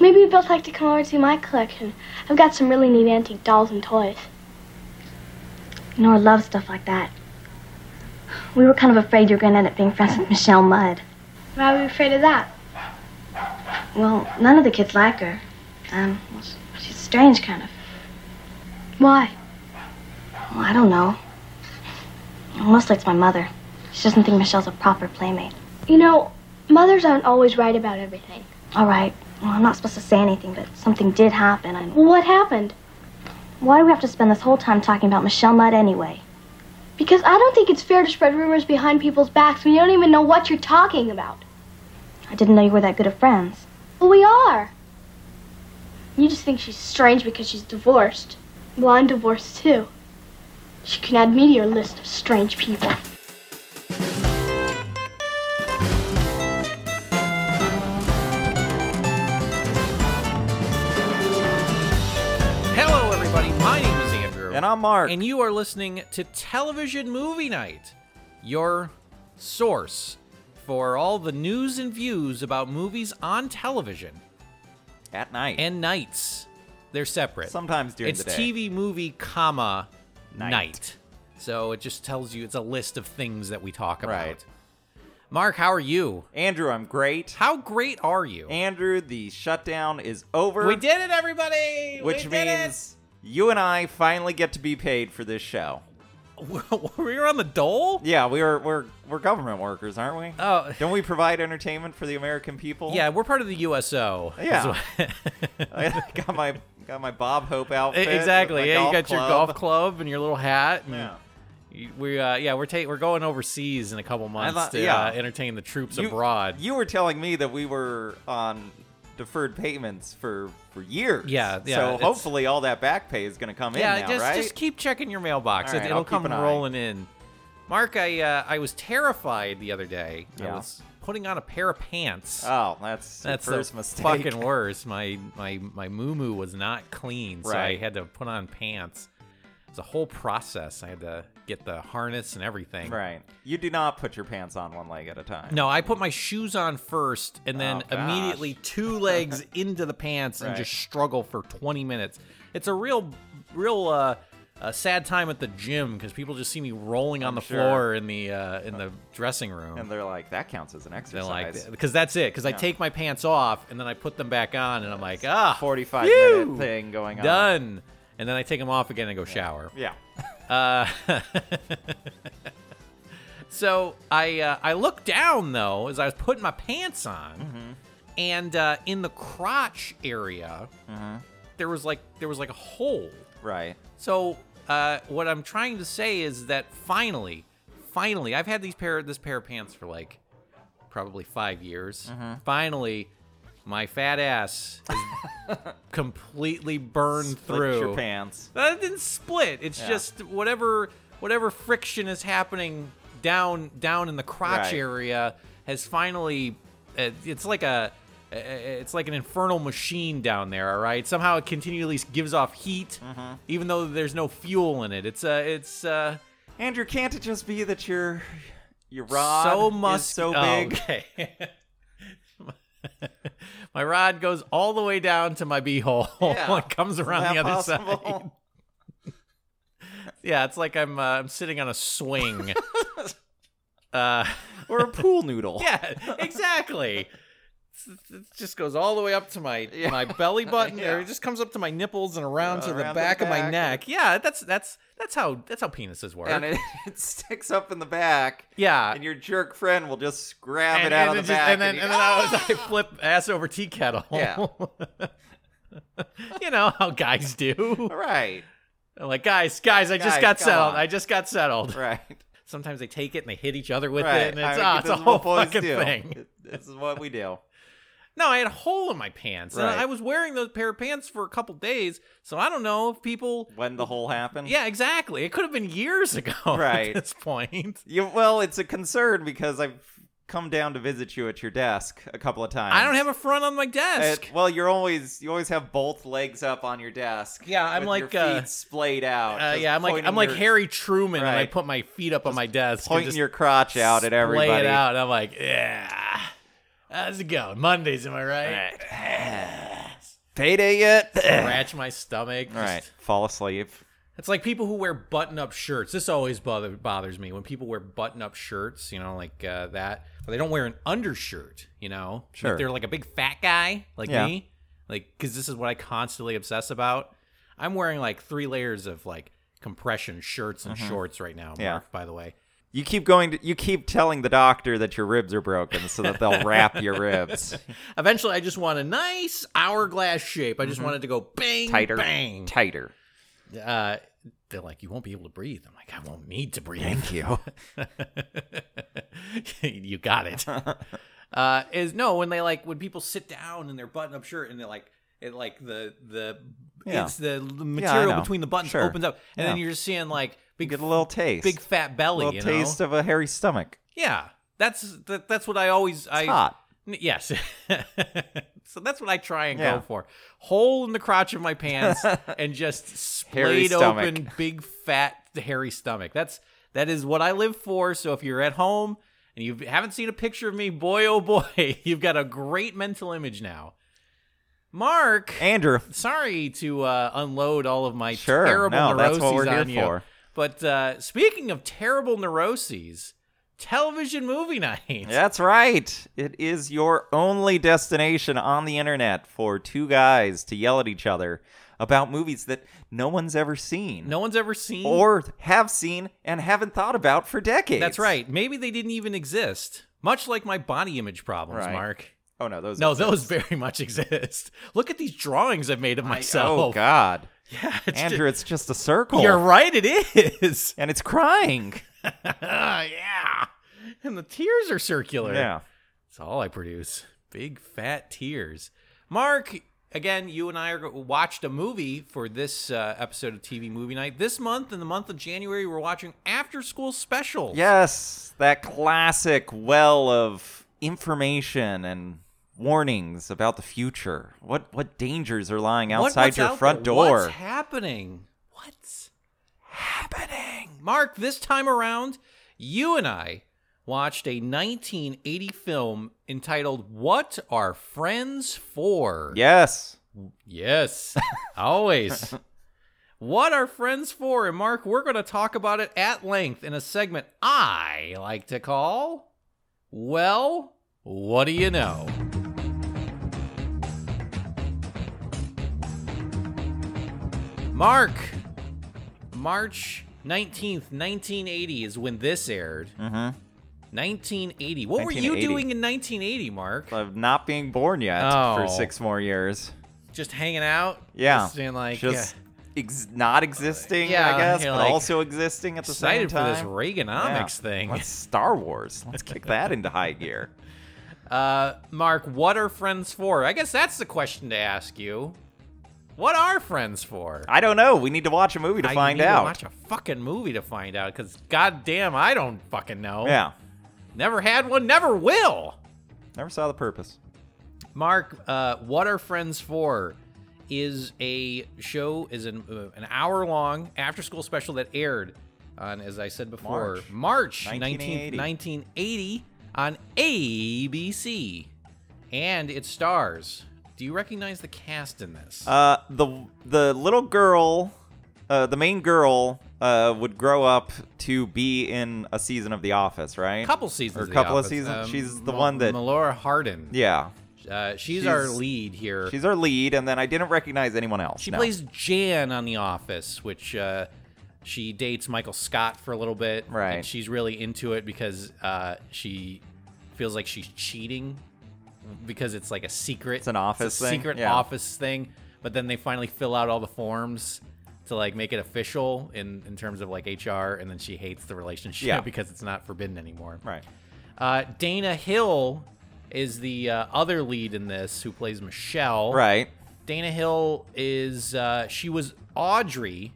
Maybe you'd both like to come over to my collection. I've got some really neat antique dolls and toys. Nora loves stuff like that. We were kind of afraid you were going to end up being friends with Michelle Mudd. Why were you afraid of that? Well, none of the kids like her. Um, well, she- she's strange, kind of. Why? Well, I don't know. Mostly it's my mother. She doesn't think Michelle's a proper playmate. You know, mothers aren't always right about everything. All right. Well, I'm not supposed to say anything, but something did happen. And Well, what happened? why do we have to spend this whole time talking about Michelle Mudd anyway? Because I don't think it's fair to spread rumors behind people's backs when you don't even know what you're talking about. I didn't know you were that good of friends. Well, we are. You just think she's strange because she's divorced. Well, I'm divorced too. She can add me to your list of strange people. Hello, everybody. My name is Andrew. And I'm Mark. And you are listening to Television Movie Night, your source for all the news and views about movies on television At night. and nights. They're separate. Sometimes during it's the day. TV movie, comma, Night. night. So it just tells you it's a list of things that we talk about. Right. Mark, how are you? Andrew, I'm great. How great are you? Andrew, the shutdown is over. we did it, everybody! We Which did means you and I finally get to be paid for this show. it! we were on the dole. Yeah, we are we're we're government workers, aren't we? Oh. Don't we provide entertainment for the American people? Yeah, we're part of the USO. Yeah. That's what- I got my got my Bob Hope outfit. with my E-, exactly. Yeah, you got golf your club. golf club and your little hat. and Yeah. you- We uh, yeah, we're ta- we're going overseas in a couple months thought- to yeah. uh, entertain the troops You- abroad. You were telling me that we were on deferred payments for for years. Yeah, yeah, So it's- hopefully all that back pay is going to come yeah, in now, just right? just keep checking your mailbox. All right, it, will I'll keep come an eye. rolling in. Mark, I uh, I was terrified the other day. Yeah. I was putting on a pair of pants. Oh, that's, That's the first the mistake. fucking worst. My my my moo was not clean, so I Right. had to put on pants. It's a whole process. I had to get the harness and everything. Right. You do not put your pants on one leg at a time. No, I put my shoes on first and Oh, then gosh. immediately two legs into the pants and Right. just struggle for 20 minutes. It's a real, real, uh, a sad time at the gym because people just see me rolling on I'm the sure. floor in the uh, in the dressing room. And they're like, that counts as an exercise. they're like, because that's it. Because I take my pants off and then I put them back on, and I'm like, ah, 45 minute thing going on. done. And then I take them off again and go shower. Yeah. Uh, so I uh, I looked down though as I was putting my pants on, Mm-hmm. and uh, in the crotch area, Mm-hmm. there was like there was like a hole. Right. So uh, what I'm trying to say is that finally, finally, I've had these pair this pair of pants for like probably five years. Finally, my fat ass is completely burned Slit through your pants. that didn't split. It's Yeah. just whatever whatever friction is happening down down in the crotch Right. area has finally. Uh, it's like a uh, it's like an infernal machine down there. All right, somehow it continually gives off heat, Mm-hmm. even though there's no fuel in it. It's uh, it's uh, Andrew, can't it just be that your your rod so is mus- so Oh, big? okay. my rod goes all the way down to my beehole Yeah. and comes Is around that the other side. possible? Yeah, it's like I'm uh, I'm sitting on a swing. uh, or a pool noodle. yeah, exactly. It's- It just goes all the way up to my Yeah. my belly button, or Yeah. it just comes up to my nipples and around to the Around back, the of my back. neck. Yeah, that's that's that's how that's how penises work. And it, it sticks up in the back. yeah, And your jerk friend will just grab and, it out and of it the just- back. and then, you- and then I, was, I flip ass over tea kettle. Yeah. you know how guys do. Ah! right. I'm like, guys, guys, I just Guys, got come settled. on." I just got settled. Right. Sometimes they take it and they hit each other with right. it, and it's, I mean, ah, it's this a is what whole boys fucking do. thing. This is what we do. No, I had a hole in my pants, Right. and I was wearing those pair of pants for a couple days. So I don't know if people. When the hole happened. Yeah, exactly. It could have been years ago Right. at this point. You, well, it's a concern because I've come down to visit you at your desk a couple of times. I don't have a front on my desk. It- well, you're always you always have both legs up on your desk. Yeah, I'm with like, your feet uh, splayed out. Uh, just yeah, I'm like pointing I'm like your- Harry Truman, and I Right. put my feet up on my desk, and pointing just your crotch out at splay it everybody. out. and I'm like, yeah, how's it going? Mondays, am I right? Right. Payday yet? scratch my stomach. All right. Just- Fall asleep. It's like people who wear button-up shirts. This always bother, bothers me when people wear button-up shirts, you know, like uh, that. But they don't wear an undershirt, you know. Sure. If they're like a big fat guy like Yeah. me, like because this is what I constantly obsess about. I'm wearing like three layers of like compression shirts and shorts right now. Mark, Mm-hmm. Yeah. By the way, You keep going to, you keep telling the doctor that your ribs are broken so that they'll wrap your ribs eventually I just want a nice hourglass shape. I just wanted to go bang, Mm-hmm. tighter, bang. tighter. uh, they're like, you won't be able to breathe. I'm like, I won't need to breathe. Thank you. you got it. Uh, is no when they like when people sit down in their button-up shirt and they're like it like the the Yeah. it's the, the material know. between the buttons Sure. opens up and then Yeah. you're just seeing like You big get a little taste, big fat belly. little You know? taste of a hairy stomach. yeah, that's that, that's what I always I It's hot. N- Yes. so that's what I try and Yeah. go for. Hole in the crotch of my pants and just Hairy splayed stomach. open big fat hairy stomach. That's that is what I live for. So if you're at home and you haven't seen a picture of me, boy oh boy, you've got a great mental image now. Mark, Andrew, sorry to uh, unload all of my Sure, terrible no, neuroses that's what we're here on you. for. But uh, speaking of terrible neuroses, television movie night. That's right. It is your only destination on the internet for two guys to yell at each other about movies that no one's ever seen No one's ever seen or have seen and haven't thought about for decades. That's right. Maybe they didn't even exist. Much like my body image problems, Right. Mark. Oh no, those No, exist. those very much exist. Look at these drawings I've made of myself. Oh god. Yeah, it's ju- Andrew, it's just a circle. you're right. It is. and it's crying. yeah, and the tears are circular. Yeah. That's all I produce. Big fat tears. Mark, again, you and I are, watched a movie for this uh, episode of TV Movie Night this month. In the month of January, we're watching After School Specials. Yes, that classic well of information and warnings about the future. What what dangers are lying What- outside what's your out front there? door? What's happening? What's happening? Mark, this time around, you and I watched a 1980 film entitled What Are Friends For? Yes. Yes, always. What are friends for? And Mark, we're going to talk about it at length in a segment I like to call Well, What Do You Know? Mark, March 19th, 1980 is when this aired. Mm-hmm. 1980. What were you 1980. doing in 1980, Mark? Of not being born yet Oh. for six more years. Just hanging out? Yeah. Just being like, Just ex- not existing, Yeah, I guess, you're but like, also existing at the same excited for time. this Reaganomics thing. Let's Star Wars. Let's kick that into high gear. Uh, Mark, what are friends for? I guess that's the question to ask you. What are friends for? I don't know. We need to watch a movie to I find need out. watch a fucking movie to find out, because goddamn, I don't fucking know. Yeah. Never had one, never will. Never saw the purpose. Mark, uh, what are friends for? Is a show is an uh, an hour long after school special that aired on, as I said before, March March. 19th, 1980. 1980 on ABC, and it stars. Do you recognize the cast in this? Uh, the the little girl, uh, the main girl, uh, would grow up to be in a season of The Office, right? couple seasons. or of The couple of Office. Um, seasons. She's the Mal- one that- Melora Hardin. Yeah, uh, she's, our She's- lead here. she's our lead, and then I didn't recognize anyone else. She no. plays Jan on The Office, which uh, she dates Michael Scott for a little bit. Right. And she's really into it because uh, she feels like she's cheating because it's like a secret. It's an office a thing? secret Yeah. office thing. But then they finally fill out all the forms to like make it official in, in terms of like HR, and then she hates the relationship Yeah. because it's not forbidden anymore. right. Uh, Dana Hill is the uh, other lead in this who plays Michelle. Right. Dana Hill is uh, she was Audrey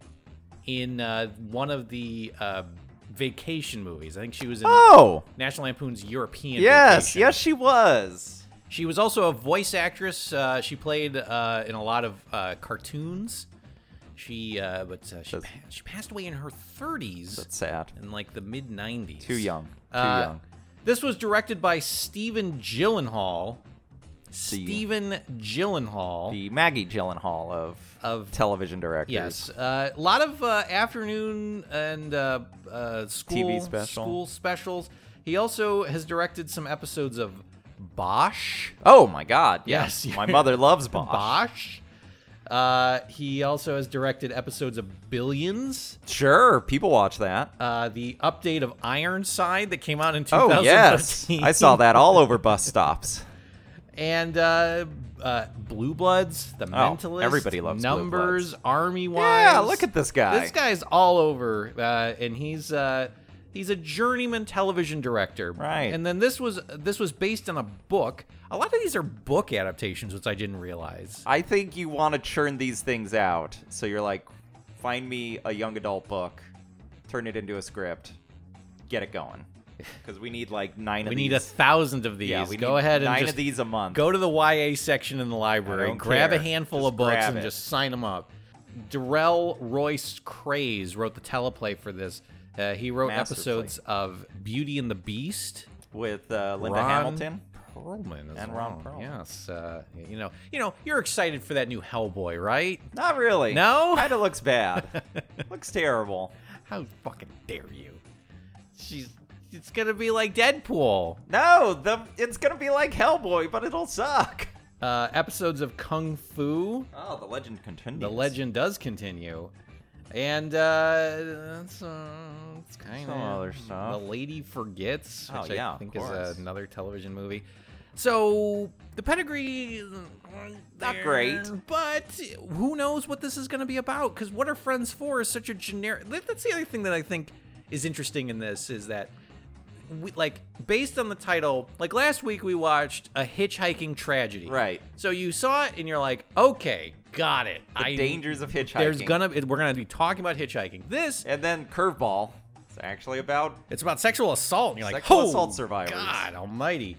in uh, one of the uh, vacation movies. I think she was in Oh, National Lampoon's European. yes, Vacation. yes, she was. She was also a voice actress. Uh, she played uh, in a lot of uh, cartoons. She uh, but uh, she, That's- pa- she passed away in her 30s That's sad. in like the mid 90s. Too young. Too Uh, young. This was directed by Steven Gyllenhaal, The- Stephen Gyllenhaal. The Maggie Gyllenhaal of Of- television directors. Yes, uh, a lot of uh, afternoon and uh, uh, school TV special. school specials. He also has directed some episodes of Bosch. Oh my God! Yes, Yes, my you're- mother loves Bosch. Bosch. Uh, he also has directed episodes of Billions, Sure, people watch that. uh, the update of Ironside that came out in Oh 2015. yes, I saw that all over bus stops. And uh, uh, Blue Bloods, The Mentalist, Oh, everybody loves Blue Numbers, Army Wives. yeah, look at this guy. This guy's all over, uh, and he's uh, he's a journeyman television director. Right. And then this was this was based on a book. A lot of these are book adaptations, which I didn't realize. I think you want to churn these things out. So you're like, find me a young adult book, turn it into a script, get it going. Because we need like nine of We these. need a thousand of these. yeah, we go need ahead and nine just of these a month. go to the YA section in the I library, don't grab a care. handful Just of books, grab and it. just sign them up. Darrell Royce Craze wrote the teleplay for this. Uh, he wrote Masterfully. episodes of Beauty and the Beast. with uh, Linda Ron Hamilton. Perlman as And Ron well. Perlman. Yes, uh, you know, you know, you're excited for that new Hellboy, right? Not really. No? Kind of looks bad. looks terrible. How fucking dare you? She's it's gonna be like Deadpool. No, the it's gonna be like Hellboy, but it'll suck. Uh, episodes of Kung Fu. Oh, the legend continues. The legend does continue, and uh, that's uh, it's kind Some of other stuff. The Lady Forgets, Oh, which yeah, I of think is course. another television movie. So the pedigree, is Not there, great. but who knows what this is going to be about? Because what are friends for is such a generic. that- That's the other thing that I think is interesting in this is that. We, like based on the title, like last week we watched a hitchhiking tragedy. Right. So you saw it and you're like, okay, got it. The I- dangers of hitchhiking. There's gonna it- we're gonna be talking about hitchhiking. This and then curveball. It's actually about it's about sexual assault. And you're like, Sexual oh, assault survivors." God Almighty.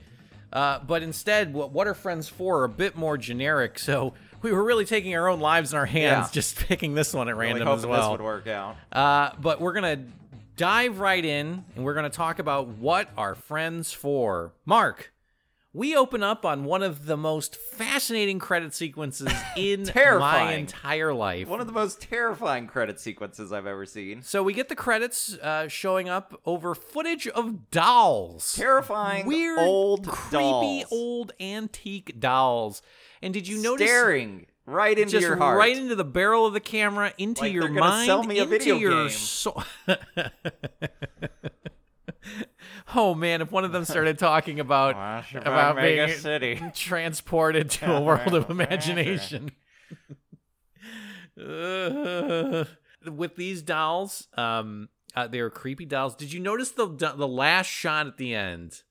Uh, but instead, what what are friends for? Are a bit more generic. So we were really taking our own lives in our hands, Yeah. just picking this one at really random hoping as well. this would work out. Uh, but we're gonna dive right in, and we're gonna talk about what are friends for. Mark, we open up on one of the most fascinating credit sequences in my Terrifying. entire life. One of the most terrifying credit sequences I've ever seen. so we get the credits uh, showing up over footage of dolls. Terrifying, Weird, old, creepy, dolls old antique dolls. And did you notice? staring right into just your heart. right into the barrel of the camera, into Like your they're gonna mind, sell me a into video your game. soul. oh man, if one of them started talking about Flash of about Omega being City. transported to a world of imagination. Uh, with these dolls, um, uh, they were creepy dolls. Did you notice the the last shot at the end?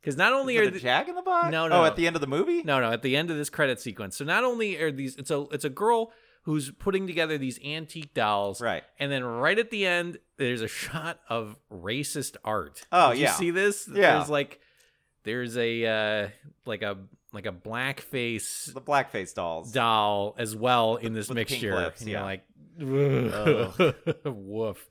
Because not only Is are it a the, Jack in the Box? No, no, Oh, no. at the end of the movie? no, no. At the end of this credit sequence, so not only are these, it's a it's a girl who's putting together these antique dolls, Right. And then right at the end, there's a shot of racist art. Oh, Did yeah. you see this? Yeah. there's like there's a uh, like a like a blackface The blackface dolls. doll as well in this with the pink mixture, lips, and yeah. you're like, woof.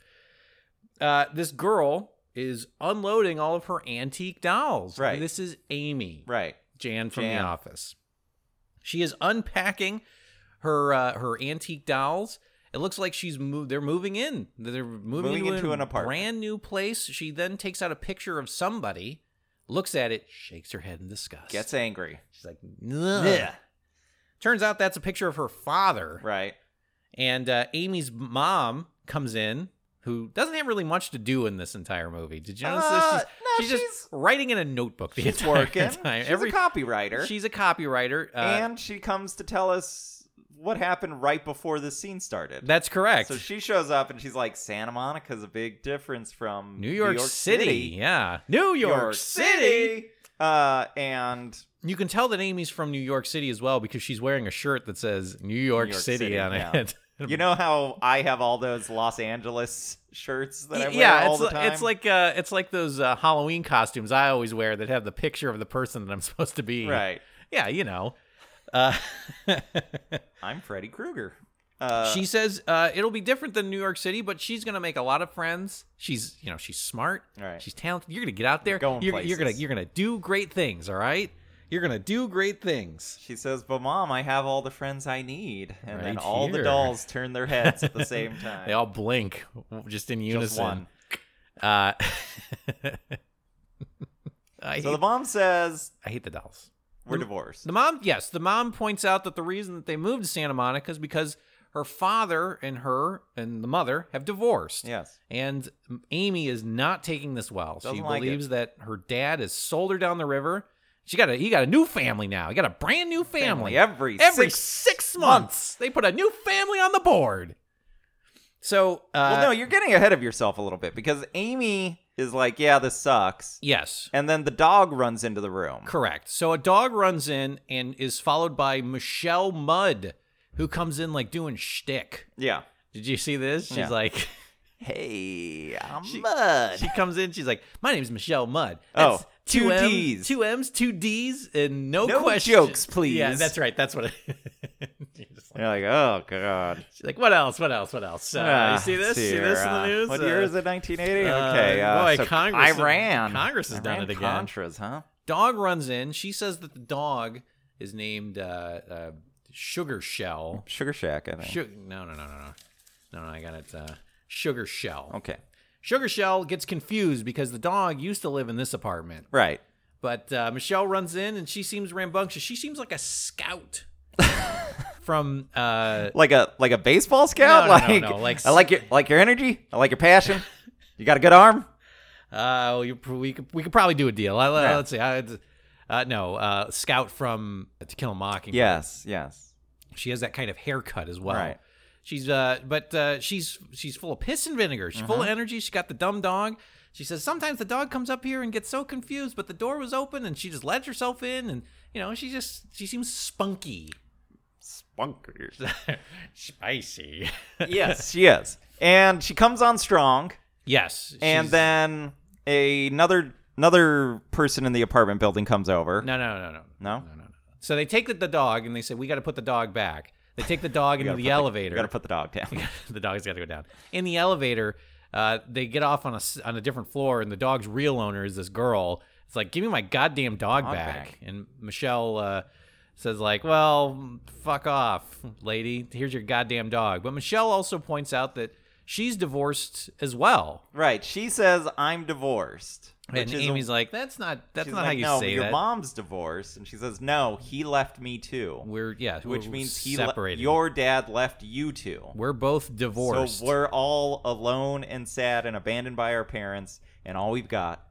Uh, this girl is unloading all of her antique dolls. Right. This is Amy. Right. Jan from Jan. the office. She is unpacking her uh, her antique dolls. It looks like she's moved. They're moving in. They're moving, Moving into a an apartment. brand new place. She then takes out a picture of somebody, looks at it, shakes her head in disgust. Gets angry. She's like, "Ugh." Turns out that's a picture of her father. Right. And uh, Amy's mom comes in, who doesn't have really much to do in this entire movie. Did you notice Uh, this? no, She's, she's she's- just writing in a notebook the She's entire working. time. She's Every a copywriter. She's a copywriter. Uh, and she comes to tell us what happened right before the scene started. that's correct. so she shows up and she's like, Santa Monica's a big difference from New York, City. Yeah. New New York, City. Uh, and You can tell that Amy's from New York City as well because she's wearing a shirt that says New York, York City, City, on yeah. it. you know how I have all those Los Angeles shirts that I wear yeah, all it's, the li- time? it's like uh, it's like those uh, Halloween costumes I always wear that have the picture of the person that I'm supposed to be. right. Yeah, you know. Uh, I'm Freddy Krueger. Uh, she says uh, it'll be different than New York City, but she's gonna make a lot of friends. She's you know she's smart, All right. she's talented. You're gonna get out there. You're going you're, you're gonna places. you're gonna do great things. All right. You're gonna do great things. She says, "But mom, I have all the friends I need." And then Right all the here. dolls turn their heads at the same time. They all blink just in unison. just one. Uh, I, So the hate, mom says, I hate the dolls. "We're The- divorced." The mom, yes, the mom points out that the reason that they moved to Santa Monica is because her father and her and the mother have divorced. yes. And Amy is not taking this well. she Doesn't like it. believes that her dad has sold her down the river. She got a he got a new family now. He got a brand new family. every every six months, months. they put a new family on the board. So uh, well, no, you're getting ahead of yourself a little bit because Amy is like, "Yeah, this sucks." yes, And then the dog runs into the room. correct. So a dog runs in and is followed by Michelle Mudd, who comes in like doing shtick. Yeah. Did you see this? She's Yeah. like, Hey, I'm She- mud. she comes in. She's like, my name's Michelle Mudd. Oh, That's two two M- Ds. two M's, two D's, and no, No questions. jokes, please. Yeah, that's right. That's what. It- she's, just like, You're like, "Oh God." she's like, what else? What else? What else? Uh, Ah, you see this? let's See see this here. in the Uh, news? What Uh, year is it? 1980. uh, okay. Uh, boy, so Congress- Iran. Congress has done Iran it again. Contras, huh? Dog runs in. She says that the dog is named uh, uh, Sugar Shell. Sugar Shack, I think. Su- no, no, no, no, no, no, no. I got it. Uh, Sugar Shell. okay. Sugar Shell gets confused because the dog used to live in this apartment. Right. But uh, Michelle runs in and she seems rambunctious. She seems like a scout from. Uh, Like a like a baseball scout. No, no, like, no, no, like- I like your like your energy. I like your passion. you got a good arm. uh, well, you, we could we could probably do a deal. I, Yeah. Let's see. I, uh, no, uh, scout from To Kill a Mockingbird. Yes. Yes. she has that kind of haircut as well. Right. She's uh, but uh, she's she's full of piss and vinegar. She's Mm-hmm. full of energy. She's got the dumb dog. She says sometimes the dog comes up here and gets so confused, but the door was open and she just lets herself in, and you know she just she seems spunky, Spunky. spicy. yes, she is. And she comes on strong, yes, and she's- then another another person in the apartment building comes over. no no no no No? no no. no. So they take the, the dog and they say we got to put the dog back. They take the dog into gotta put the elevator. Got to put the dog down. the dog's got to go down. In the elevator, uh, they get off on a s- on a different floor, and the dog's real owner is this girl. It's like, give me my goddamn dog, Dog back. back. And Michelle uh, says like, well, fuck off, lady. Here's your goddamn dog. But Michelle also points out that she's divorced as well, right. She says, "I'm divorced." and which is a- Amy's like, that's not that's she's not how like, you no, say your that. mom's divorced, and she says, "No, he left me too," we're yeah, which we're means he le- separated. your dad left you too. we're both divorced. So we're all alone and sad and abandoned by our parents, and all we've got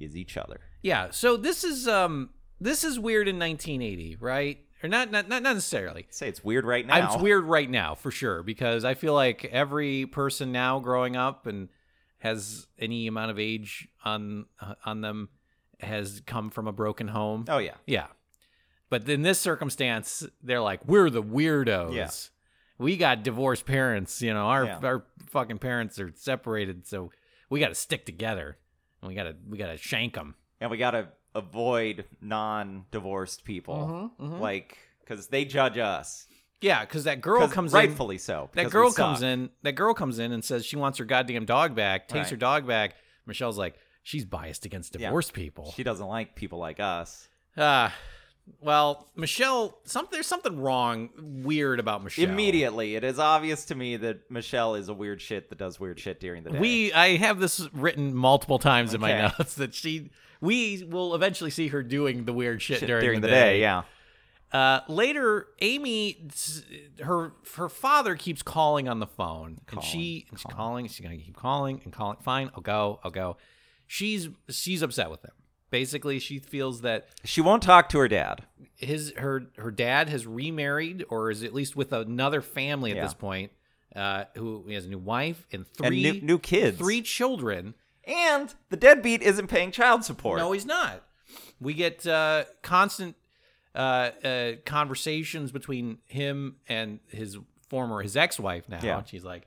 is each other. Yeah, so this is um this is weird in 1980, right? Or not not not not necessarily. Say it's weird right now. I'm- It's weird right now for sure because I feel like every person now growing up and has any amount of age on uh, on them has come from a broken home. Oh yeah. Yeah. But in this circumstance, they're like, we're the weirdos. Yeah. We got divorced parents. You know, our Yeah. our fucking parents are separated, so we got to stick together and we got to we got to shank them. and we gotta avoid non-divorced Mm-hmm, people, like because they judge us. Yeah, because that girl 'Cause comes in. rightfully so. That because girl we suck. comes in. That girl comes in and says she wants her goddamn dog back. Takes Right. her dog back. Michelle's like, she's biased against Yeah. divorced people. She doesn't like people like us. Ah, well, Michelle, some, there's something wrong, weird about Michelle. Immediately, it is obvious to me that Michelle is a weird shit that does weird shit during the day. We, I have this written multiple times in my Okay. notes that she, we will eventually see her doing the weird shit, shit during, the, day. yeah. Uh, later, Amy, her her father keeps calling on the phone, and she she's calling. She's gonna keep calling and calling. Fine, I'll go. I'll go. She's she's upset with him. Basically, she feels that She won't talk to her dad. his her her dad has remarried, or is at least with another family at Yeah. this point. Uh, who he has a new wife and And three new- new kids. three children. And the deadbeat isn't paying child support. No, he's not. We get uh, constant uh, uh, conversations between him and his former, his ex-wife now. Yeah. She's like,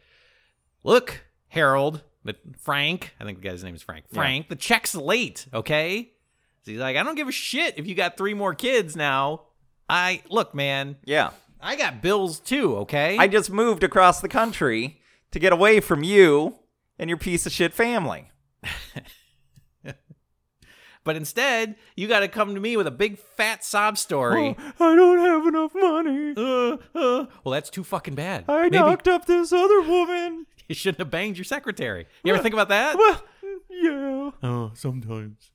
"Look, Harold, but Frank. I think the guy's name is Frank. Frank, the check's late. Okay." So he's like, "I don't give a shit if you got three more kids now. I look, man, yeah. I got bills too. Okay." I just moved across the country to get away from you and your piece of shit family. But instead, you got to come to me with a big fat sob story. I don't have enough money. Uh, uh. Well, that's too fucking bad. Oh, I Maybe knocked up this other woman. you shouldn't have banged your secretary. You ever think about that? Well, yeah. Oh, sometimes.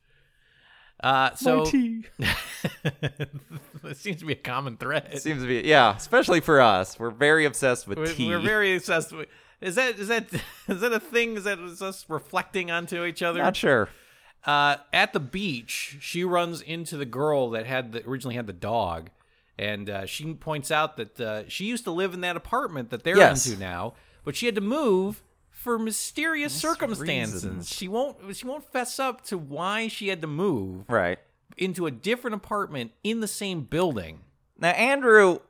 Uh, so tea. it seems to be a common thread. It seems to be yeah, especially for us. We're very obsessed with We're, tea. we're very obsessed with. Is that is that is that a thing? Is that is us reflecting onto each other? not sure. Uh, at the beach, she runs into the girl that had the, originally had the dog, and uh, she points out that uh, she used to live in that apartment that they're Yes. into now, but she had to move for mysterious circumstances. reasons. She won't she won't fess up to why she had to move Right. into a different apartment in the same building. Now Andrew,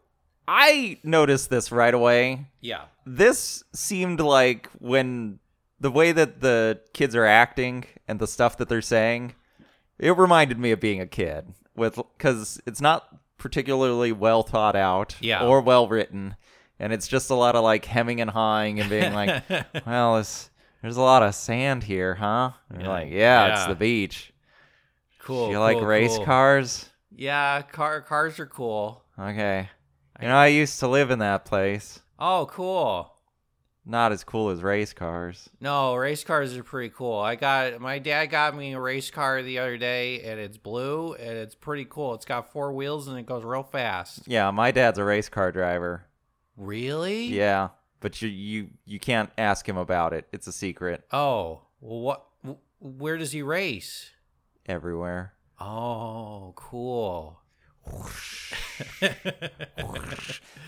I noticed this right away. Yeah. This seemed like when the way that the kids are acting and the stuff that they're saying, it reminded me of being a kid with cuz it's not particularly well thought out Yeah. or well written and it's just a lot of like hemming and hawing and being like, "Well, it's, there's a lot of sand here, huh?" And you're like, "Yeah, it's Yeah. the beach." Cool. you like cool, race cool. cars? Yeah, car cars are cool. Okay. You know, I used to live in that place. Oh, cool. Not as cool as race cars. No, race cars are pretty cool. I got my dad got me a race car the other day, and it's blue, and it's pretty cool. It's got four wheels and it goes real fast. Yeah, my dad's a race car driver. Really? Yeah, but you you you can't ask him about it. It's a secret Oh, well, what? wh- Where does he race? everywhere. Oh, cool.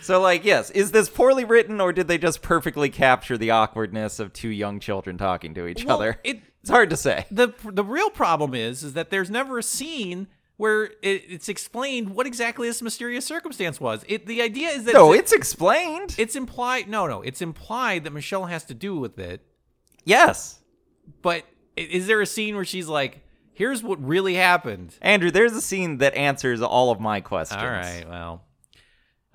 So like, yes, is this poorly written or did they just perfectly capture the awkwardness of two young children talking to each Well, other? it- it's hard to say. the the real problem is is that there's never a scene where it, it's explained what exactly this mysterious circumstance was. It the idea is that No, it's explained. it's implied. No, no, it's implied that Michelle has to do with it. yes. But i- is there a scene where she's like, "Here's what really happened"? Andrew, there's a scene that answers all of my questions. All right, well,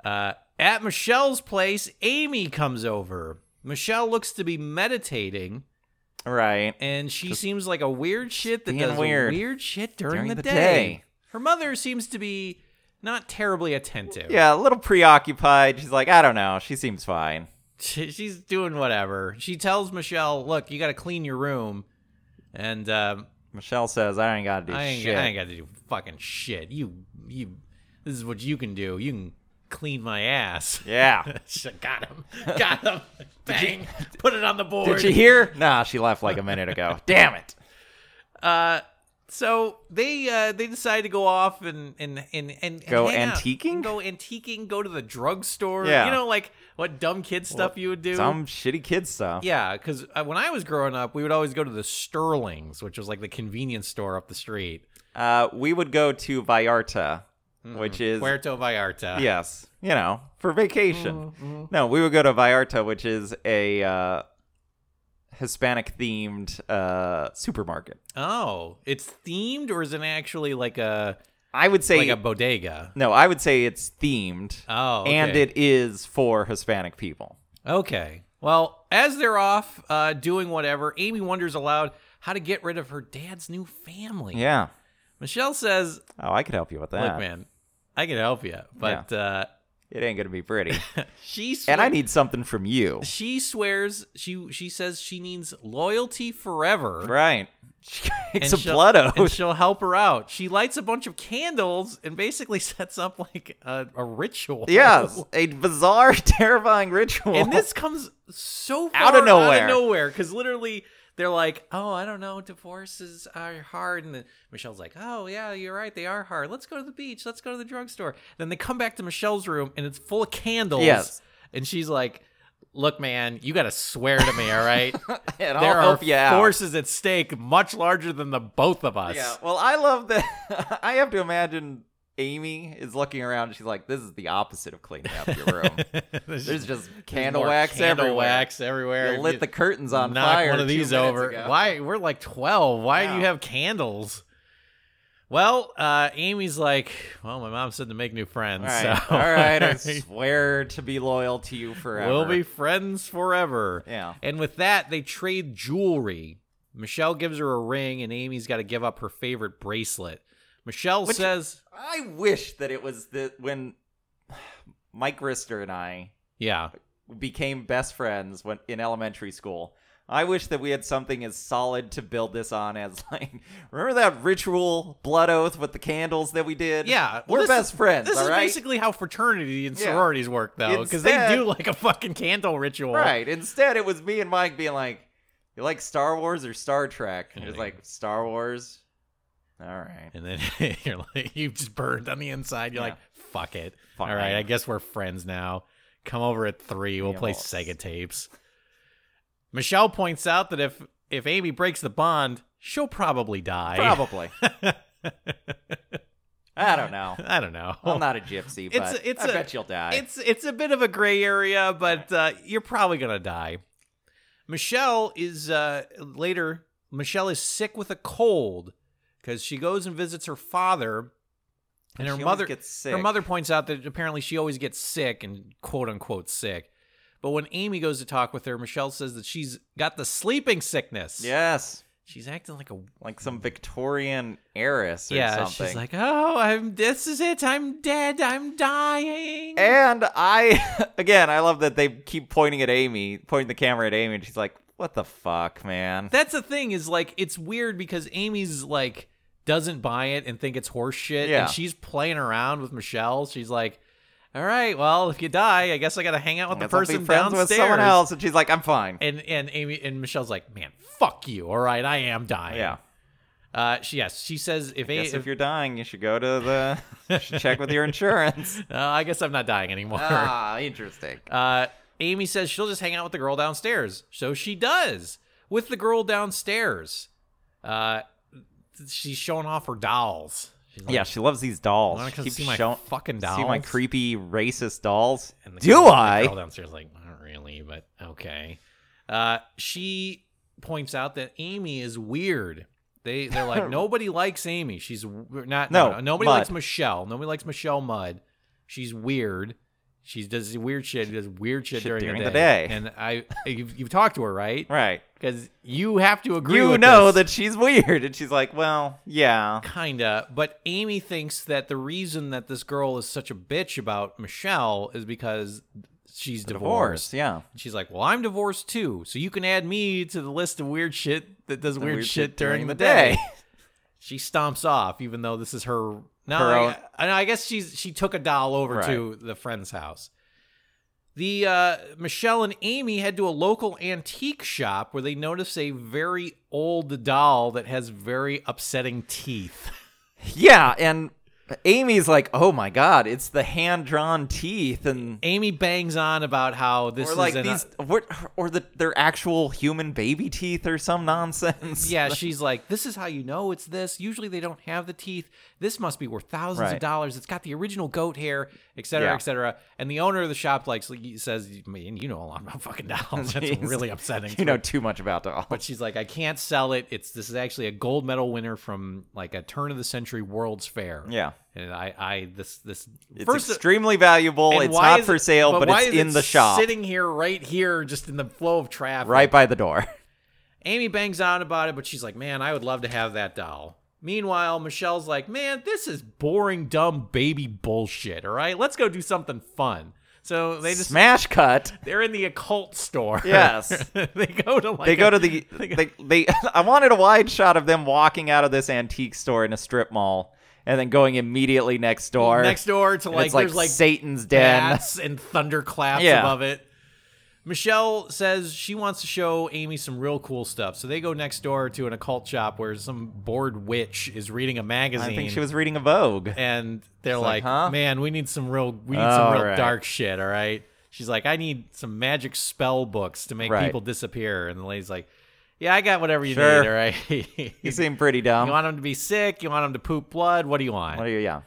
uh, at Michelle's place, Amy comes over. Michelle looks to be meditating, Right. and she seems like a weird shit that being does weird. weird shit during, During the, the day. day. Her mother seems to be not terribly attentive. Yeah, a little preoccupied. She's like, I don't know. She seems fine. She- she's doing whatever. She tells Michelle, "Look, you got to clean your room," and um, Michelle says, I ain't got to do I ain't, shit. I ain't got to do fucking shit. You, you, this is what you can do. You can clean my ass. yeah. Shit, got him. Got him. Bang. Put it on the board. Did you hear? Nah, she left like a minute ago. Damn it. Uh, so they uh, they decide to go off and and and and Go hang out. antiquing? Go antiquing. Go to the drugstore. Yeah. You know, like what dumb kid stuff you would do. Some shitty kid stuff. Yeah, because when I was growing up, we would always go to the Sterlings, which was like the convenience store up the street. Uh, we would go to Vallarta, Mm-hmm. which is Puerto Vallarta. yes, you know, for vacation. Mm-hmm. No, we would go to Vallarta, which is a uh, Hispanic themed uh, supermarket. Oh, it's themed or is it actually like a I would say like a bodega? no. I would say it's themed, Oh, and okay. it is for Hispanic people. Okay. Well, as they're off uh, doing whatever, Amy wonders aloud how to get rid of her dad's new family. Yeah. Michelle says, Oh, I could help you with that. "Look, man, I can help you, but uh, It ain't gonna be pretty. she swe- and I need something from you. she swears she she says she needs loyalty forever." Right. She takes and a she'll- blood And oath. she'll help her out. She lights a bunch of candles and basically sets up like a, a ritual. Yes, a bizarre, terrifying ritual. And this comes so far Out of Out nowhere. of nowhere, because literally they're like, "Oh, I don't know, divorces are hard." And then Michelle's like, "Oh yeah, you're right, they are hard. Let's go to the beach. Let's go to the drugstore." Then they come back to Michelle's room, and it's full of candles. Yes. And she's like, "Look, man, you got to swear to me, all right? and there I'll are help you out. forces at stake much larger than the both of us." Yeah. Well, I love that. I have to imagine Amy is looking around. She's like, "This is the opposite of cleaning up your room. There's just candle more wax candle everywhere. wax everywhere. You lit the curtains on Knock fire. one of two these minutes over. ago. Why we're like twelve? Why do you Yeah. have candles? Well, uh, Amy's like, well, my mom said to make new friends. All right. so- All right. I swear to be loyal to you forever. we'll be friends forever. Yeah. And with that, they trade jewelry. Michelle gives her a ring, and Amy's got to give up her favorite bracelet. Michelle Which- says, I wish that it was the when Mike Rister and I "Yeah, became best friends when in elementary school. I wish that we had something as solid to build this on as like remember that ritual blood oath with the candles that we did? yeah, We're This- best friends, This all is right? basically how fraternity and Yeah. sororities work, though, because they Instead- do like a fucking candle ritual, Right. Instead it was me and Mike being like, You like Star Wars or Star Trek? And it was like Star Wars. All right. And then you're like, you just burned on the inside. You're Yeah. like, fuck it. Fine. All right, I guess we're friends now. Come over at three. We'll Yeah, play well, s- Sega tapes. Michelle points out that if if Amy breaks the bond, she'll probably die. Probably. I don't know. I don't know. I'm not a gypsy, but Oh. It's- it's I a- bet you'll die. It's it's a bit of a gray area, but uh, you're probably gonna die. Michelle is uh, later. Michelle is sick with a cold because she goes and visits her father, and She her always mother gets sick. her mother points out that apparently she always gets sick and quote unquote sick. But when Amy goes to talk with her, Michelle says that she's got the sleeping sickness. Yes. she's acting like a Like some Victorian heiress or yeah. something. She's like, oh, I'm this is it. I'm dead. I'm dying. And I, again, I love that they keep pointing at Amy, pointing the camera at Amy, and she's like, "What the fuck, man?" that's the thing is like it's weird because Amy's like doesn't buy it and think it's horse shit Yeah. and she's playing around with Michelle. She's like, "All right, well, if you die, I guess I got to hang out with Let's the all person be friends downstairs." with someone else, and she's like, "I'm fine." And and Amy and Michelle's like, "Man, fuck you. All right, I am dying." yeah. Uh she, yes, she says if, Guess A- if you're dying, you should go to the, you should check with your insurance. uh, I guess I'm not dying anymore. ah, interesting. Uh, Amy says she'll just hang out with the girl downstairs. So she does with the girl downstairs. Uh, she's showing off her dolls. She's like, yeah, she loves these dolls. Wanna She come keeps see my show- fucking See my dolls? creepy racist dolls. And the Do girl, I? The girl downstairs like not really, but okay. Uh, she points out that Amy is weird. They they're like nobody likes Amy. She's w- not No, nobody Mudd. likes Michelle. Nobody likes Michelle Mudd. She's weird. She does weird shit. She does weird shit, Shit during, during the, the day. day. And I you've, you've talked to her right? Right. Because you have to agree. You with know this. that she's weird, and she's like, "Well, yeah." Kinda, but Amy thinks that the reason that this girl is such a bitch about Michelle is because she's divorced. Yeah. And she's like, "Well, I'm divorced too, so you can add me to the list of weird shit that does The weird, shit, during, the day." day. she stomps off, even though this is her. No, Her I, own- I- I guess she's she took a doll over Right. to the friend's house. The uh, Michelle and Amy head to a local antique shop where they notice a very old doll that has very upsetting teeth. Yeah, and Amy's like, "Oh my god, it's the hand-drawn teeth," and Amy bangs on about how this or is like an- uh, these, what, or the they're actual human baby teeth or some nonsense. Yeah, she's like, this is how you know it's this. Usually they don't have the teeth. This must be worth thousands of Right. dollars. It's got the original goat hair, et cetera, Yeah. et cetera. And the owner of the shop like says, "Man, you know a lot about fucking dolls. That's Jeez. really upsetting." to you know me." too much about dolls. but she's like, I can't sell it. It's this is actually a gold medal winner from like a turn of the century World's Fair. yeah, and I, I this this it's first. uh, extremely valuable. and It's why not is for it- sale, but, why it's is in it the shop, sitting here, right here, just in the flow of traffic. right by the door. Amy bangs on about it, but she's like, man, I would love to have that doll. Meanwhile, Michelle's like, man, this is boring, dumb baby bullshit. All right, let's go do something fun. So they just Smash cut. they're in the occult store. Yes. they go to like They a- go to the they, they I wanted a wide shot of them walking out of this antique store in a strip mall and then going immediately next door. next door to And like, it's like, there's like Satan's den. bats and thunderclaps Yeah. above it. Michelle says she wants to show Amy some real cool stuff, so they go next door to an occult shop where some bored witch is reading a magazine. I think she was reading a Vogue. and they're like, like, "Huh?" "Man, we need some real, we need some All real right. dark shit." All right. She's like, "I need some magic spell books to make Right. people disappear." And the lady's like, "Yeah, I got whatever you Sure. need." All right. You you seem pretty dumb. want them to be sick? You want them to poop blood? What do you want? what are you? Yeah.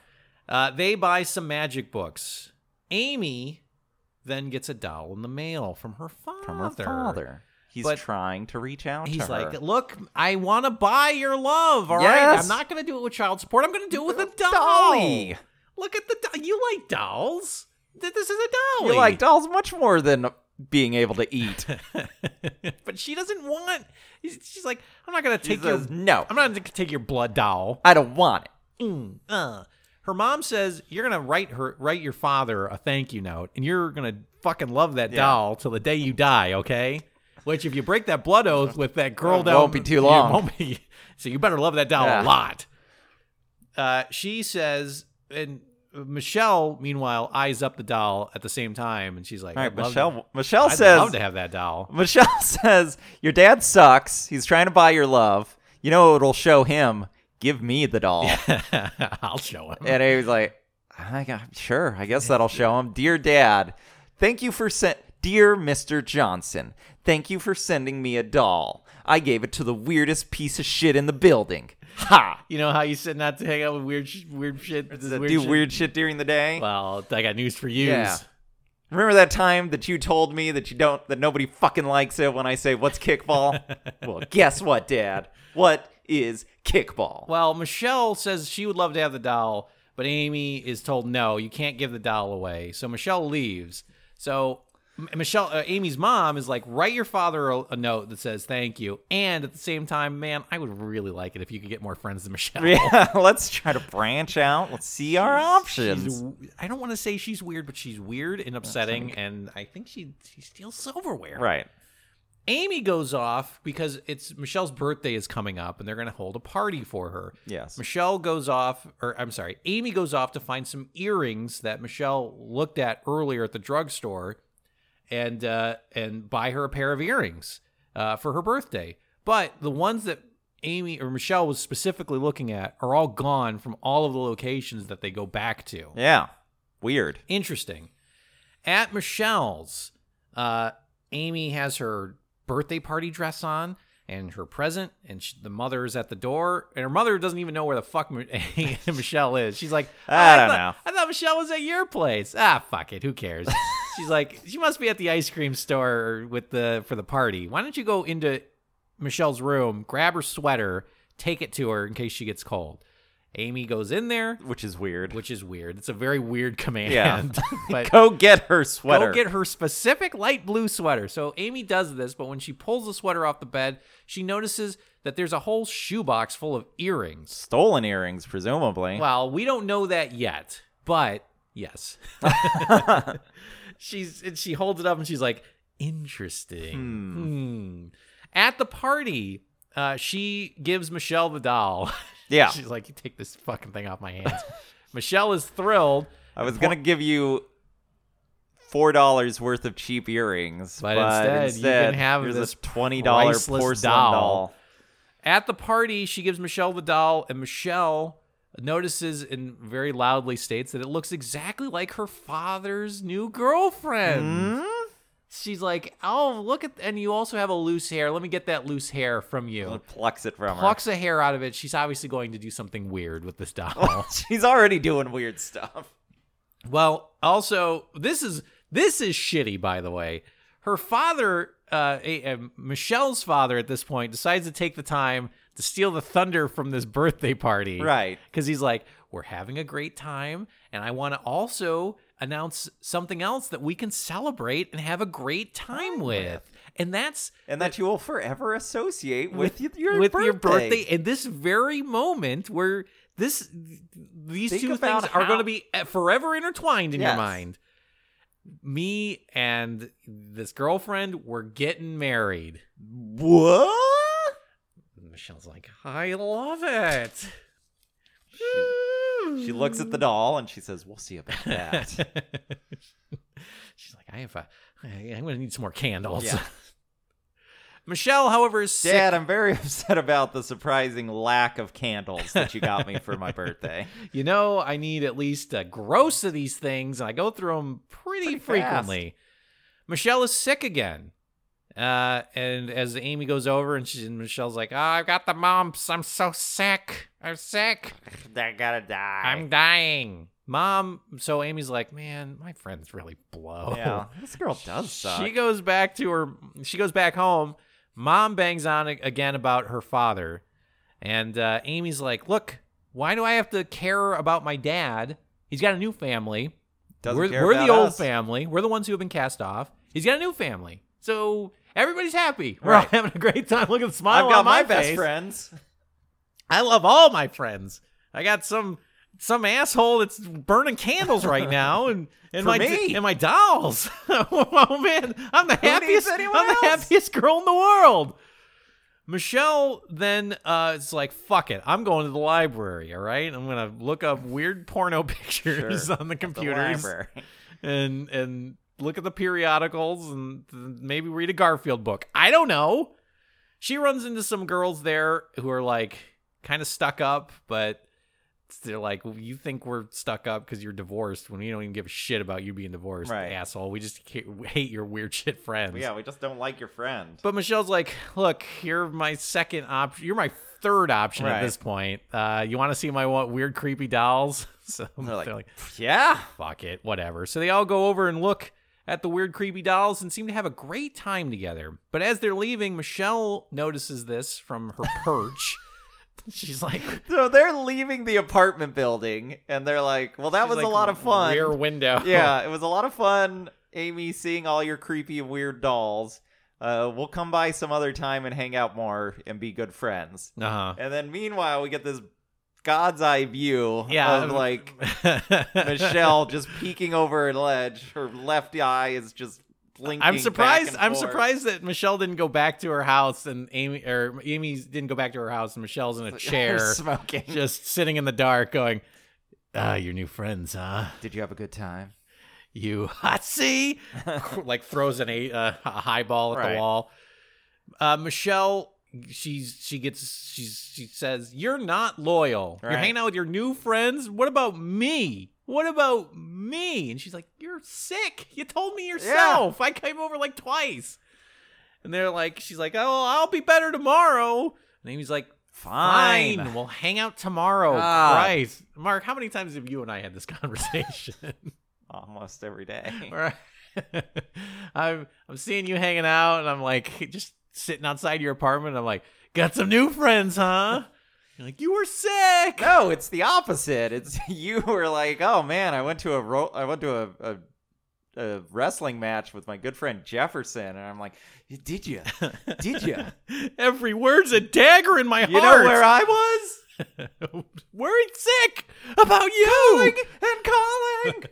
uh, they buy some magic books. Amy then gets a doll in the mail from her father. From her father. He's But- trying to reach out to He's her. like, look, I want to buy your love. All right? Yes. I'm not going to do it with child support. I'm going to do it with a doll. Dolly. Look at the doll. You like dolls? Th- This is a dolly. You like dolls much more than being able to eat. but she doesn't want. She's like, I'm not gonna take says, your "No." I'm not gonna take your blood doll. I don't want it. Mm, uh. Her mom says you're gonna write her write your father a thank you note, and you're gonna fucking love that doll till the day you die. Okay. Which, if you break that blood oath with that girl It down, won't be too you long. won't be- so you better love that doll Yeah. a lot. Uh, she says, and Michelle, meanwhile, eyes up the doll at the same time, and she's like, All right, "I'd love- Michelle. Michelle I'd says. love to have that doll." Michelle says your dad sucks. He's trying to buy your love. You know it'll show him. Give me the doll. I'll show him. And he was like, I got, sure, I guess that'll show him. Dear Dad, thank you for sent. Dear Mr. Johnson, thank you for sending me a doll. I gave it to the weirdest piece of shit in the building. Ha! You know how you said not to hang out with weird, sh- weird shit. Does it do weird shit during the day? Well, I got news for you. Yeah. Remember that time that you told me that you don't that nobody fucking likes it when I say what's kickball? well, guess what, Dad? What is kickball? Well, Michelle says she would love to have the doll, but Amy is told no, you can't give the doll away. So Michelle leaves. So M- Michelle, uh, Amy's mom is like, write your father a, a note that says thank you, and at the same time, man, I would really like it if you could get more friends than Michelle. yeah, let's try to branch out. Let's see our options. She's, I don't want to say she's weird, but she's weird and upsetting, and I think she she steals silverware. right. Amy goes off because it's Michelle's birthday is coming up and they're going to hold a party for her. Yes. Michelle goes off, or I'm sorry, Amy goes off to find some earrings that Michelle looked at earlier at the drugstore and uh, and buy her a pair of earrings uh, for her birthday. But the ones that Amy or Michelle was specifically looking at are all gone from all of the locations that they go back to. Yeah. Weird. Interesting. At Michelle's, uh, Amy has her birthday party dress on and her present, and sh the mother is at the door, and her mother doesn't even know where the fuck Mi- Michelle is. She's like, I "Oh, don't thought- I thought Michelle was at your place. Ah, fuck it. Who cares? She's like, she must be at the ice cream store with the for the party. Why don't you go into Michelle's room, grab her sweater, take it to her in case she gets cold. Amy goes in there, Which is weird. which is weird. It's a very weird command. Yeah. but go get her sweater. go get her specific light blue sweater. So Amy does this, but when she pulls the sweater off the bed, she notices that there's a whole shoebox full of earrings. Stolen earrings, presumably. Well, we don't know that yet, but yes. she's and she holds it up and she's like, interesting. Hmm. At the party, uh, she gives Michelle the doll. yeah. She's like, you take this fucking thing off my hands. Michelle is thrilled. I was going to give you $4 worth of cheap earrings. But But, instead, you can have here's this a $20 priceless porcelain doll. doll. At the party, she gives Michelle the doll, and Michelle notices and very loudly states that it looks exactly like her father's new girlfriend. She's like, "Oh, look at!" And you also have a loose hair. Let me get that loose hair from you. It plucks it from Plucks a hair out of it. She's obviously going to do something weird with this her. doll. She's already doing weird stuff. Well, also this is this is shitty, by the way. Her father, uh, a- uh, Michelle's father, at this point decides to take the time to steal the thunder from this birthday party, Right. Because he's like, "We're having a great time, and I want to also announce something else that we can celebrate and have a great time with." And that's And that you will forever associate with, y- your with birthday. your birthday in this very moment where this these Think two about things are how- going to be eh, forever intertwined in your Yes. mind. Me and this girlfriend were getting married. What? Michelle's like, I love it. She looks at the doll and she says, "We'll see about that." She's like, I have a, I- I'm going to need some more candles. Yeah. Michelle, however, is sick. Dad, I'm very upset about the surprising lack of candles that you got me for my birthday. you know, I need at least a gross of these things, and I go through them pretty, Pretty fast. frequently. Michelle is sick again. Uh, and as Amy goes over, and, she, and Michelle's like, oh, I've got the mumps. I'm so sick. I'm sick. I gotta die. I'm dying. Mom. So Amy's like, man, my friends really blow. yeah, this girl does suck. Oh. She goes back to her. She goes back home. Mom bangs on a- again about her father, and uh, Amy's like, "Look, why do I have to care about my dad? He's got a new family. Doesn't we're care we're about the old us. family. We're the ones who have been cast off. He's got a new family, so everybody's happy. We're all Right. having a great time. Look at the smile I've got Oh, on my, my, best face. friends. I love all my friends. I got some some asshole that's burning candles right now, and and For my me. and my dolls. oh man, I'm the happiest. I'm anyone the else? happiest girl in the world. Michelle then uh, is like, "Fuck it, I'm going to the library. All right, I'm gonna look up weird porno pictures Sure. on the The computers library. and and look at the periodicals and th- maybe read a Garfield book. I don't know. She runs into some girls there who are like kind of stuck up, but they're like, "You think we're stuck up because you're divorced when we don't even give a shit about you being divorced, Right. asshole. We just ca- hate your weird shit friends." Yeah, we just don't like your friend. But Michelle's like, "Look, you're my second option. You're my third option Right. at this point. Uh, you want to see my wa- weird, creepy dolls?" So They're like, yeah. fuck it, whatever. So they all go over and look at the weird, creepy dolls and seem to have a great time together. But as they're leaving, Michelle notices this from her perch. She's like, So they're leaving the apartment building, and they're like, "Well, that she's was like, Oh. a lot of fun." Rear window. yeah, it was a lot of fun, Amy, seeing all your creepy and weird dolls. Uh, we'll come by some other time and hang out more and be good friends. Uh And then meanwhile, we get this god's eye view Yeah. of like huh. Michelle just peeking over an ledge. Her left eye is just blinking. I'm back surprised. and I'm forth. surprised that Michelle didn't go back to her house and Amy or Amy didn't go back to her house and Michelle's in a chair, smoking. just sitting in the dark, going, "Ah, your new friends, huh?" Did you have a good time? you hussy like throws an eight, uh, a highball at Right. the wall uh, michelle she's she gets she's she says you're not loyal Right. you're hanging out with your new friends what about me what about me and she's like you're sick you told me yourself i came over like twice and they're like she's like oh i'll be better tomorrow and amy's like Fine. We'll hang out tomorrow. God. Christ. Mark, how many times have you and I had this conversation? Almost every day. Right. I'm I'm seeing you hanging out, and I'm like just sitting outside your apartment. I'm like, got some new friends, huh? You're like, you were sick. No, it's the opposite. It's you were like, oh man, I went to a ro- I went to a, a a wrestling match with my good friend Jefferson, and I'm like, did you? Did you? Every word's a dagger in my You know heart. where I was? where we're sick about you. And calling.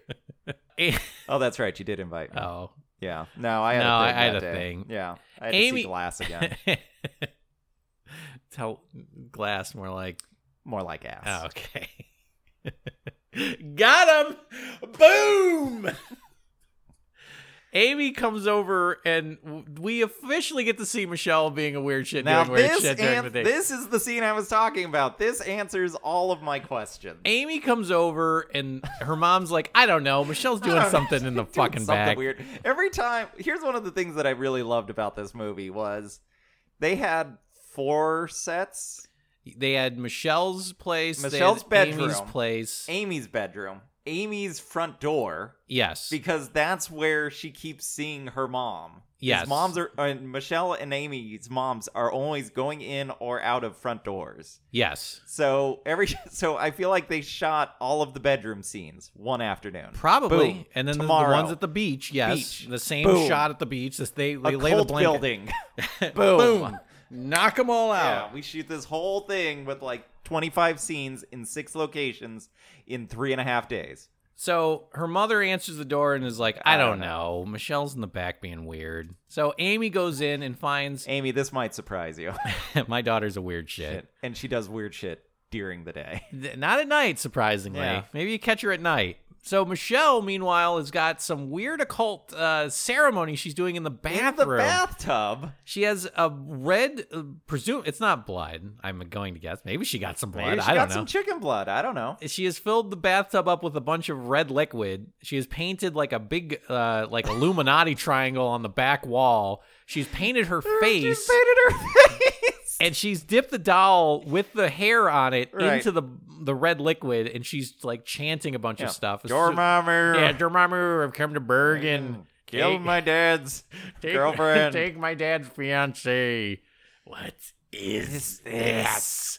A- oh, that's right. You did invite me. oh, Yeah. No, I had No, a I thing. had that a day. thing. Yeah. I had to Amy- see glass again. Oh. tell glass more like More like ass. Oh, okay. Got him! Boom! Amy comes over, and w- we officially get to see Michelle being a weird shit Now doing weird this shit during an- the day. this is the scene I was talking about. This answers all of my questions. Amy comes over, and her mom's like, "I don't know." Michelle's doing don't know. something in the Doing fucking something back. weird. Every time, here's one of the things that I really loved about this movie was they had four sets: They had Michelle's place, they Michelle's had Amy's bedroom. place. Amy's bedroom, Amy's front door, yes, because that's where she keeps seeing her mom. His Yes. moms are uh, Michelle and Amy's moms are always going in or out of front doors. yes, So every so I feel like they shot all of the bedroom scenes one afternoon. probably. Boom. And then the- Tomorrow. the ones at the beach. Yes, Beach. the same Boom. shot at the beach. This they they a lay cult the blanket. building. Oh Boom. Knock them all Yeah, out. we shoot this whole thing with like 25 scenes in six locations in three and a half days. So her mother answers the door and is like, I, I don't, don't know. Michelle's in the back being weird. So Amy goes in and finds Amy, this might surprise you. my daughter's a weird shit. and she does weird shit during the day. Th- Not at night, surprisingly. Yeah. Maybe you catch her at night. So Michelle, meanwhile, has got some weird occult uh, ceremony she's doing in the In bathroom. the bathtub. She has a red, uh, presume it's not blood. I'm going to guess. Maybe she got some blood. Maybe she I got don't know. some chicken blood. I don't know. she has filled the bathtub up with a bunch of red liquid. She has painted like a big, uh, like Illuminati triangle on the back wall. She's painted her She's face, painted her face. and she's dipped the doll with the hair on it Right. into the the red liquid, and she's like chanting a bunch of stuff. It's so- Dormammu. yeah, Dormammu, I've come to Bergen. Kill Take- my dad's Take, girlfriend. take my dad's fiance. What is Is this?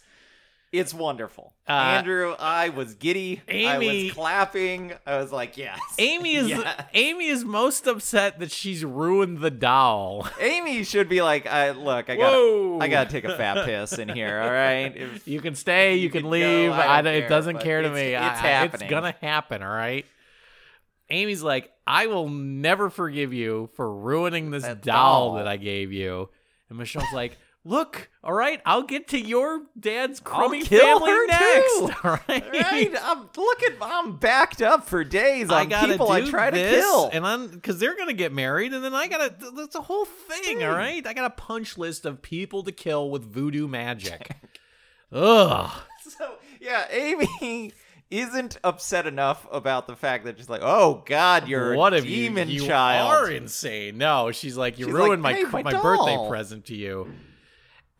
It's wonderful. Uh, Andrew, I was giddy. I Amy- was clapping. I was like, yes. Amy is Yes. Amy is most upset that she's ruined the doll. Amy should be like, I, look, I got Whoa. I got to take a fat piss in here, all right? If- You can stay, you, can, can go, leave. I don't I don't it care, doesn't but care to it's- me. it's I- I- happening. It's gonna happen. All right. Amy's like, I will never forgive you for ruining this That doll doll. that I gave you. And Michelle's like, Look, all right, I'll get to your dad's I'll crummy kill family her next. too. All right. all right, I'm looking. I'm backed up for days I on gotta people I do try this, to kill. and I'm because they're gonna get married, and then I gotta. th- That's a whole thing, all Dude. right. I got a punch list of people to kill with voodoo magic. Ugh. So yeah, Amy isn't upset enough about the fact that she's like, oh God, you're what a if demon you, you child. are insane. No, she's like, you She's ruined like, my "Hey, my my birthday doll." present to you.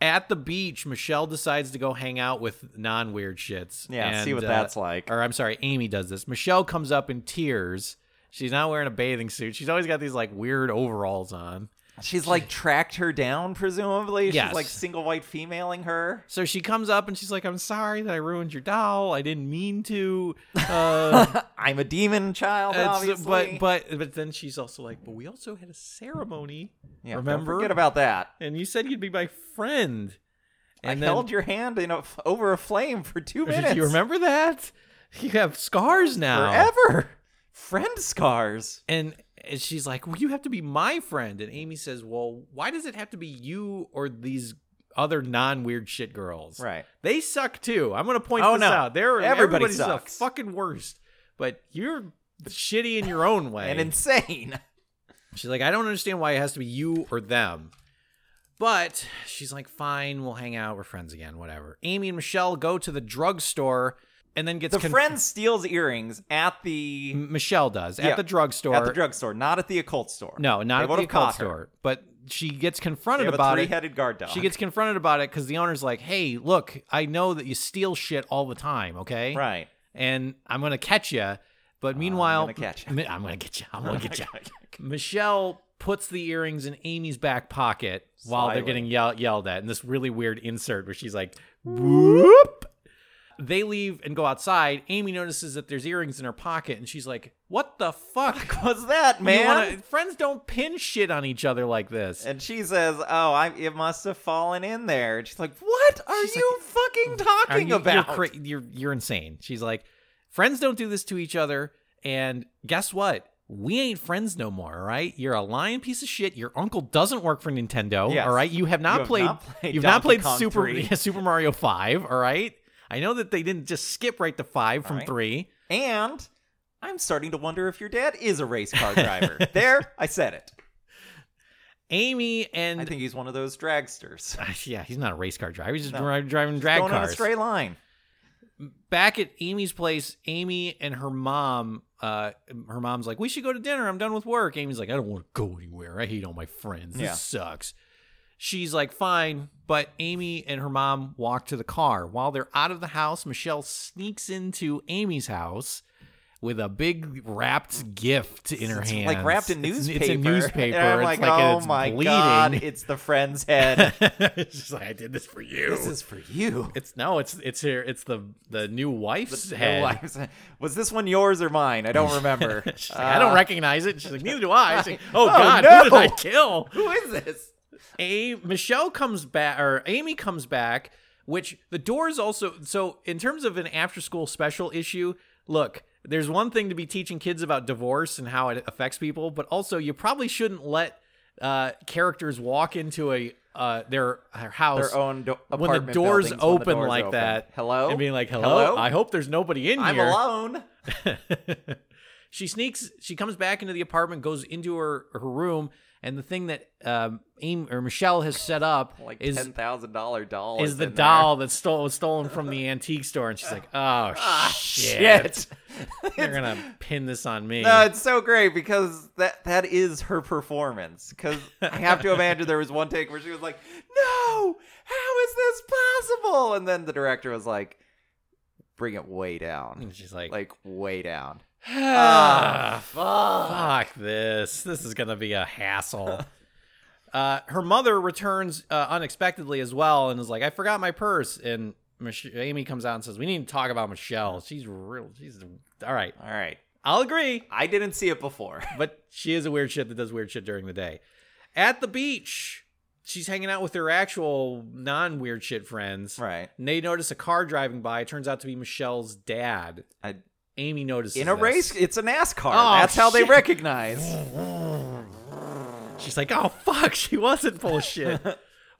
At the beach, Michelle decides to go hang out with non weird shits. Yeah, and, see what uh, that's like. Or I'm sorry, Amy does this. Michelle comes up in tears. She's not wearing a bathing suit. She's always got these like weird overalls on. She's like tracked her down, presumably. Yes. She's like single white femaling her. So she comes up and she's like, "I'm sorry that I ruined your doll. I didn't mean to." Uh, I'm a demon child, it's- uh, obviously. but but but then she's also like, "But we also had a ceremony. yeah, don't remember? forget about that. and you said you'd be my friend. I held your hand in a f over a flame for two minutes. Do you remember that? You have scars now. Forever. Friend scars. And and she's like, "Well, you have to be my friend." And Amy says, "Well, why does it have to be you or these other non-weird shit girls? Right. They suck too. I'm gonna point Oh, this no. out. They're Everybody everybody's the sucks. fucking worst. But you're shitty in your own way. And insane. She's like, I don't understand why it has to be you or them. But she's like, fine, we'll hang out. We're friends again, whatever. Amy and Michelle go to the drugstore and then gets The conf- friend steals earrings at the M- Michelle does Yeah, at the drugstore. at the drugstore, not at the occult store. no, They not at the would've occult caught her. store. But she gets They confronted have a about it. three-headed guard dog. She gets confronted about it because the owner's like, hey, look, I know that you steal shit all the time, okay? right. And I'm going to catch you. But meanwhile, gonna catch ya. Oh Mi- I'm going to get you. I'm going to get you. Michelle puts the earrings in Amy's back pocket while they're Slyly. getting yell- yelled at in this really weird insert where she's like, whoop. They leave and go outside. Amy notices that there's earrings in her pocket and she's like, what the fuck? What's that, You man? wanna- friends don't pin shit on each other like this. And she says, "Oh, I it must have fallen in there." And she's like, "What are She's you fucking Are talking you- about?" You're, cra- you're, you're insane. She's like, friends don't do this to each other. And guess what? We ain't friends no more, all right? You're a lying piece of shit. Your uncle doesn't work for Nintendo, Yes. all right? You have not You have played, not played You've not Donkey played Kong Super 3. Super Mario 5, all right? I know that they didn't just skip right to 5 from right. 3. and I'm starting to wonder if your dad is a race car driver. there, I said it. Amy and I think he's one of those dragsters. yeah, he's not a race car driver. He's just No. dri- driving drag going on a cars. straight line. back at Amy's place, Amy and her mom, uh, her mom's like, "We should go to dinner. I'm done with work." Amy's like, "I don't want to go anywhere. I hate all my friends. This Yeah. sucks." She's like, "Fine," but Amy and her mom walk to the car. While they're out of the house, Michelle sneaks into Amy's house with a big wrapped gift in her It's hand, like wrapped in newspaper. It's, a newspaper. And I'm It's like, and oh it's my bleeding. god, it's the friend's head. She's like, "I did this for you." this is for you. it's no, it's it's here. It's the the new wife's No, head. I was- was this one yours or mine? I don't remember. She's like, I don't Uh, recognize it. She's like, neither do I. She's like, oh, Oh, God, no. who did I kill? Who is this? A- Michelle comes back, or Amy comes back, which the door is also. So, in terms of an after school special issue, look, there's one thing to be teaching kids about divorce and how it affects people, but also you probably shouldn't let uh, characters walk into a uh, their, their house Their own do- when the apartment doors buildings, when the open doors like open. that. Hello? And being like, hello? Hello? I hope there's nobody in I'm here. alone. she sneaks she comes back into the apartment goes into her her room and the thing that um Amy, or michelle has set up Like is ten thousand dollar doll is the in there. doll that stole was stolen from the antique store and she's like oh Ah, shit, shit. they're gonna pin this on me No, it's so great because that that is her performance. Because I have to imagine there was one take where she was like, "No, how is this possible?" And then the director was like, "Bring it way down, and she's like, like way down." ah, fuck. fuck this this is gonna be a hassle uh her mother returns uh, unexpectedly as well and is like i forgot my purse and Mich- Amy comes out and says, "We need to talk about Michelle. She's real. She's all right. All right. I'll agree, I didn't see it before. but she is a weird shit that does weird shit during the day. At the beach, she's hanging out with her actual non weird shit friends. Right. And they notice a car driving by. It turns out to be Michelle's dad. I, Amy notices in a this. race, it's a NASCAR. Oh, That's how they shit. recognize. She's like, "Oh fuck, she wasn't full of shit."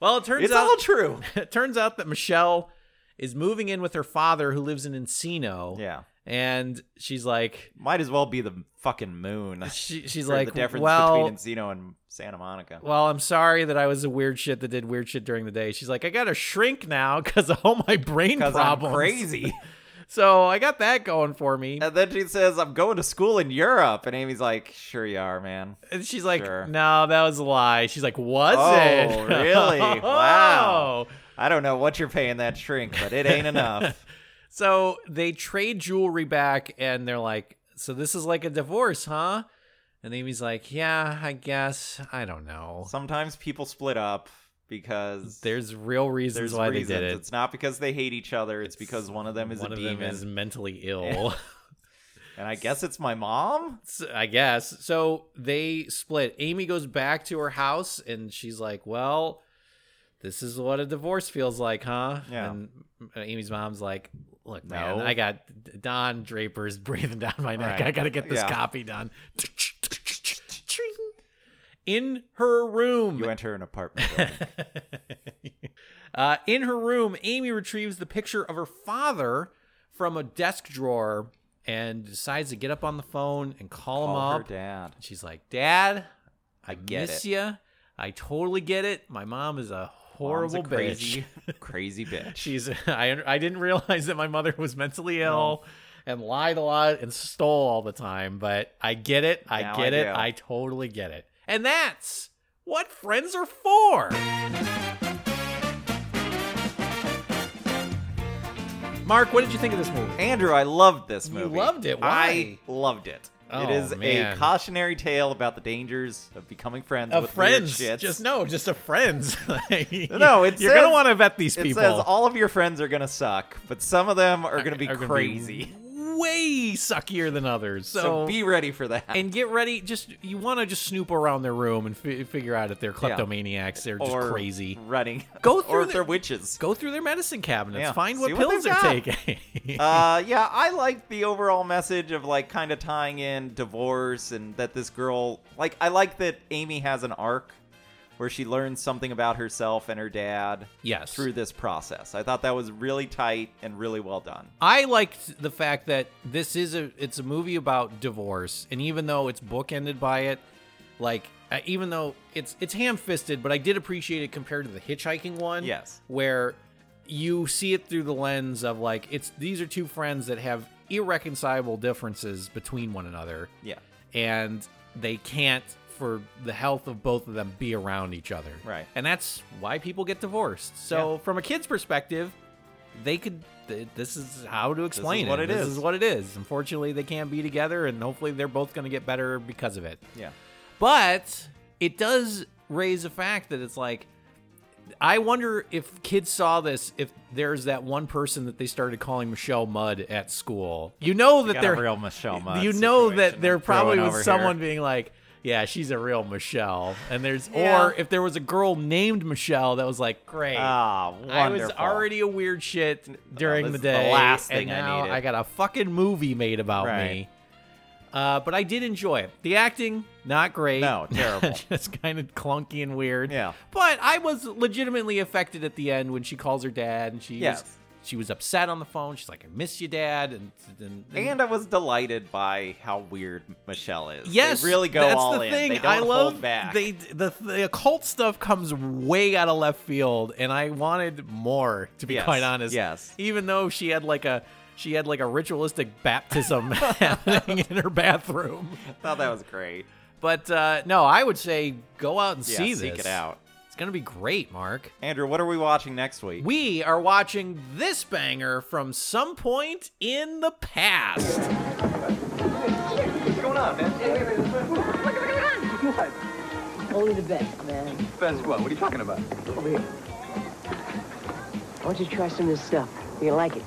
well, it turns It's out all true. it turns out that Michelle is moving in with her father who lives in Encino. Yeah. And she's like Might as well be the fucking moon. she, she's For like the difference well, between Encino and Santa Monica. well, I'm sorry that I was a weird shit that did weird shit during the day. She's like, I gotta shrink now because of all my brain Because problems. I'm crazy. So I got that going for me. and then she says, I'm going to school in Europe. And Amy's like, Sure you are, man. And she's like, Sure. No, that was a lie. She's like, Was Oh, it? really? Oh. Wow. I don't know what you're paying that shrink, but it ain't enough. So they trade jewelry back and they're like, So this is like a divorce, huh? And Amy's like, Yeah, I guess. I don't know. Sometimes people split up because There's real reasons there's why reasons. they did it. It's not because they hate each other. It's, because one of them is One a of demon. them is mentally ill. And I guess it's my mom. S- I guess. So they split. Amy goes back to her house and she's like, Well, this is what a divorce feels like, huh? Yeah. And uh, Amy's mom's like, Look, No. man, I got Don Draper's breathing down my neck. Right. I got to get this Yeah. copy done. In her room. You enter an apartment. building. uh, in her room, Amy retrieves the picture of her father from a desk drawer and decides to get up on the phone and call, Call him her up. dad. She's like, "Dad, I, get miss it." you. I totally get it. My mom is a Mom's horrible a bitch. crazy, crazy bitch. She's I I didn't realize that my mother was mentally ill." And lied a lot and stole all the time, but I get it. I Now I get it. do. I totally get it. And that's what friends are for. Mark, what did you think of this movie? Andrew, I loved this You movie. loved it. I Why? loved it. Oh, it is a man. cautionary tale about the dangers of becoming friends A with friends, weird shits. just no, just a friends. No, it you're gonna says- want to vet these it people. says all of your friends are gonna suck, but some of them are gonna be Are gonna crazy. way suckier than others. So, so, be ready for that. and get ready. Just you want to just snoop around their room and fi- figure out if they're kleptomaniacs. They're just or crazy. running. Go or through if the- they're witches. Go through their medicine cabinets. Yeah, Find see what what pills they've they're got. taking. uh, yeah, I like the overall message of like kind of tying in divorce and that this girl, like, I like that Amy has an arc where she learns something about herself and her dad yes, through this process. I thought that was really tight and really well done. I liked the fact that this is a it's a movie about divorce, and even though it's bookended by it, like uh, even though it's it's ham fisted, but I did appreciate it compared to the hitchhiking one. Yes. where you see it through the lens of like it's these are two friends that have irreconcilable differences between one another, Yeah, and they can't for the health of both of them be around each other. Right. and that's why people get divorced. So from a kid's perspective. They could. th- This is how to explain what it This is. is what it is. Unfortunately, they can't be together, and hopefully, they're both going to get better because of it. yeah. But it does raise a fact that it's like, I wonder if kids saw this, if there's that one person that they started calling Michelle Mudd at school. You know that Got a they're real Michelle Mudd You know situation that there brewing probably over here. was someone being like, "Yeah, she's a real Michelle," and there's or if there was a girl named Michelle that was like, "Great." Ah, wonderful. uh, I was already a weird shit during this the is the day. last and thing I now needed. I got a fucking movie made about Right. me. Uh, but I did enjoy it. The acting, not great. No, terrible. Just kind of clunky and weird. Yeah. But I was legitimately affected at the end when she calls her dad and she was, Yes. she was upset on the phone. She's like, "I miss you, Dad," and and, And I was delighted by how weird Michelle is. They Yes, really go that's all the in. Thing. They don't I love hold back. They the the occult stuff comes way out of left field, and I wanted more. To be Yes, quite honest, yes. Even though she had like a she had like a ritualistic baptism happening in her bathroom, thought that was great. but uh, no, I would say go out and Yeah, see this. seek it out. It's gonna be great, Mark. Andrew, what are we watching next week? We are watching this banger from some point in the past. What's going on, man? What? Only the best, man. Best what? What are you talking about? Over here. I want you to try some of this stuff. You like it?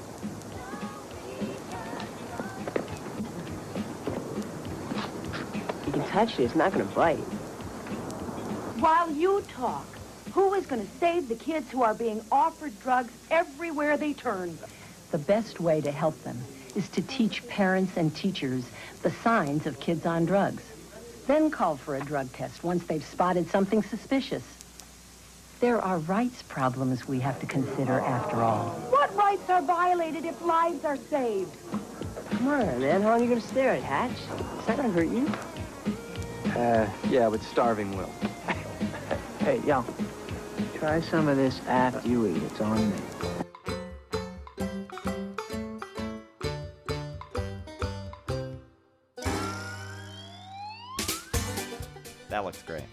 You can touch it. It's not going to bite. While you talk, who is going to save the kids who are being offered drugs everywhere they turn? The best way to help them is to teach parents and teachers the signs of kids on drugs. Then call for a drug test once they've spotted something suspicious. There are rights problems we have to consider after all. What rights are violated if lives are saved? Come on, man. How long are you going to stare at Hatch? It's not going to hurt you. Uh, yeah, but starving will. hey, yo. Try some of this after you eat. It's on me. That looks great.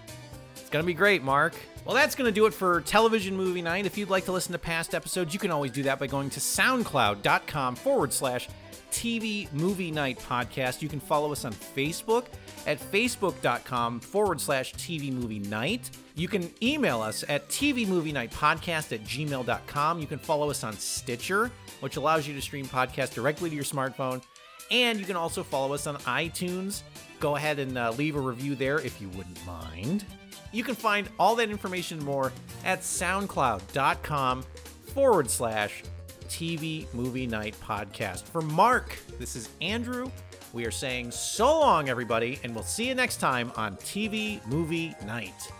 It's going to be great, Mark. Well, that's going to do it for Television Movie Night. If you'd like to listen to past episodes, you can always do that by going to soundcloud.com forward slash TV Movie Night Podcast. You can follow us on Facebook at facebook.com forward slash TV Movie Night. You can email us at TV Movie Night Podcast at gmail.com. You can follow us on Stitcher, which allows you to stream podcasts directly to your smartphone. And you can also follow us on iTunes. Go ahead and uh, leave a review there if you wouldn't mind. You can find all that information and more at soundcloud.com forward slash TV Movie Night Podcast. For Mark, this is Andrew. We are saying so long, everybody, and we'll see you next time on TV Movie Night.